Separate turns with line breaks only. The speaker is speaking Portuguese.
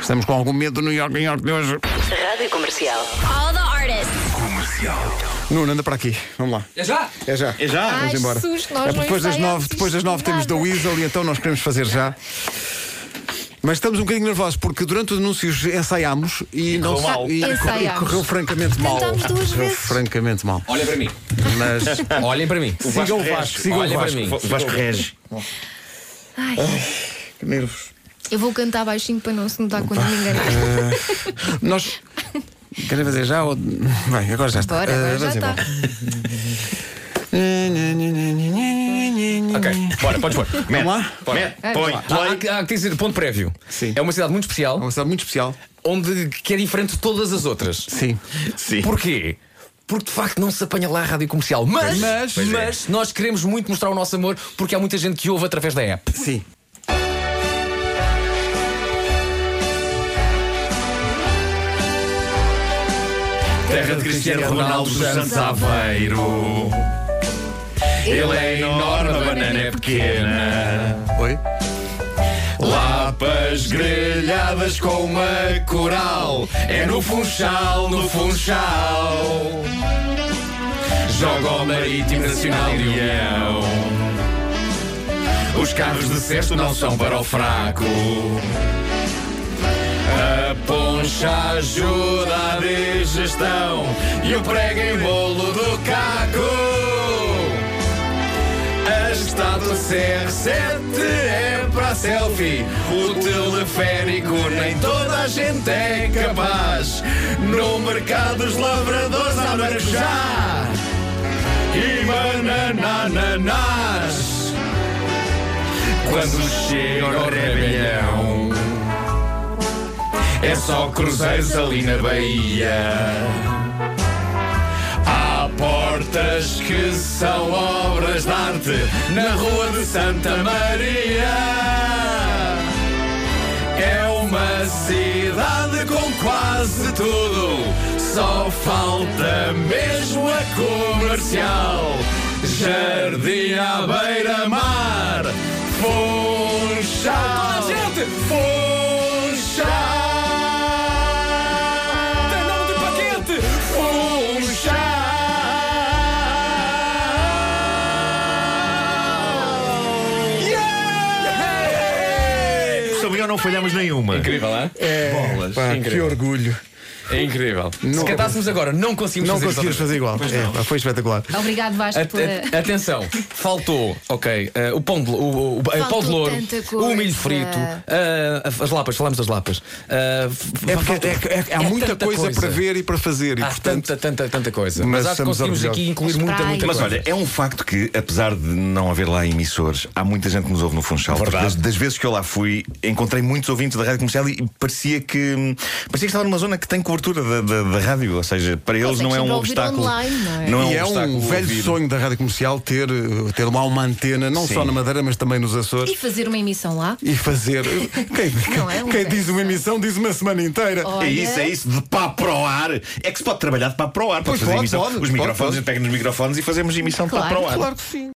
Estamos com algum medo do New York, New York de hoje.
Rádio Comercial.
All the artists.
Nuno, anda para aqui. Vamos lá.
É já?
É já. É já. Vamos
Ai,
embora.
susto, nós
é
não
porque depois das
ensaiámos
nove, depois das
isto
nove temos da
nada.
Weasel e então nós queremos fazer já. Mas estamos um bocadinho nervosos porque durante os anúncios ensaiámos e, não
correu mal.
e, e correu,
Ensaiámos.
correu francamente mal.
Tentámos duas
correu
vezes.
francamente mal.
Olhem para mim.
Mas
Olhem para mim.
siga o
Rege.
Vasco, siga o
Olhem para
Vasco.
mim.
O Vasco rege.
Ai,
Que nervos.
eu vou cantar baixinho para não se notar quando me engano.
Nós. Querem fazer já ou. Bem, agora já está.
Bora,
Eh,
agora já
vamos
está.
embora.
Ok, bora, podes pôr.
Vamos lá?
Mete,
É,
põe,
vá.
Há,
play.
há- há que dizer, ponto prévio.
Sim.
É uma cidade muito
É
especial,
uma cidade muito especial.
onde que é diferente de todas as outras.
Sim.
Sim.
Porquê? Porque de facto não se apanha lá a rádio comercial. Mas, mas,
Pois é.
mas nós queremos muito mostrar o nosso amor porque há muita gente que ouve através da app.
Sim.
Terra de Cristiano Ronaldo dos Santos Aveiro. Ele é enorme, a banana é pequena.
Oi?
Lapas grelhadas com uma coral. É no funchal, no funchal. Joga ao Marítimo Nacional de União. Os carros de cesto não são para o fraco. A poncha ajuda a digestão e o prego em bolo do caco. A estátua CR7 é para selfie. O teleférico nem toda a gente é capaz. No mercado dos lavradores há maracujá e bananananás. Quando chega o rebelião. É só cruzeiros ali na Bahia. Há portas que são obras de arte na Rua de Santa Maria. É uma cidade com quase tudo, só falta mesmo a comercial. Jardim à beira-mar, Funchal.
Toda a gente!
Funchal.
Tem nome de paquete!
Funchal.
Sobre eu não falhamos nenhuma.
Incrível, é?
É, pá, que orgulho.
É incrível. Se cantássemos agora, não conseguimos
Não
fazer isto
conseguimos
outra
fazer igual. É, pá, foi espetacular.
Obrigado, Vasco,
Tipo,
eh,
At-
pela.
é.
at- atenção, faltou, ok, eh, o pão de, o, o, o
Faltou
pão de louro,
tanta coisa.
o milho frito, eh, as lapas, falámos das lapas. Eh, f-
É porque
faltou-
é- é- há
é
muita
tanta
coisa, para ver e para fazer. E,
Há
portanto,
tanta, tanta, tanta coisa.
Mas
Mas, acho que
estamos
conseguimos
orgulhosos.
aqui incluir
As
muita,
praias.
muita
Mas
coisa.
olha, é um facto que, apesar de não haver lá emissores, há muita gente que nos ouve no Funchal.
Verdade.
Das, das vezes que eu lá fui, encontrei muitos ouvintes da rádio comercial e parecia que parecia que estava numa zona que tem cobertura da, da- da rádio. Ou seja, para eles não é um
sempre ouvir
obstáculo.
online, não é?
um
e é
obstáculo
um velho
ouvir.
sonho da rádio comercial ter, eh, ter lá uma antena, não
Sim.
só na Madeira, mas também nos Açores.
E fazer uma emissão lá?
E fazer. Quem,
Não é um
quem
velho
diz uma
sonho.
emissão diz uma semana inteira.
Oh.
É isso, é isso, de pá para o ar. É que se pode trabalhar de pá para o ar,
Pois
pode fazer
pode,
emissão.
pode,
Os
pode,
microfones,
pode.
a gente pega nos microfones e fazemos emissão de pá
Claro,
para o ar.
Claro que sim.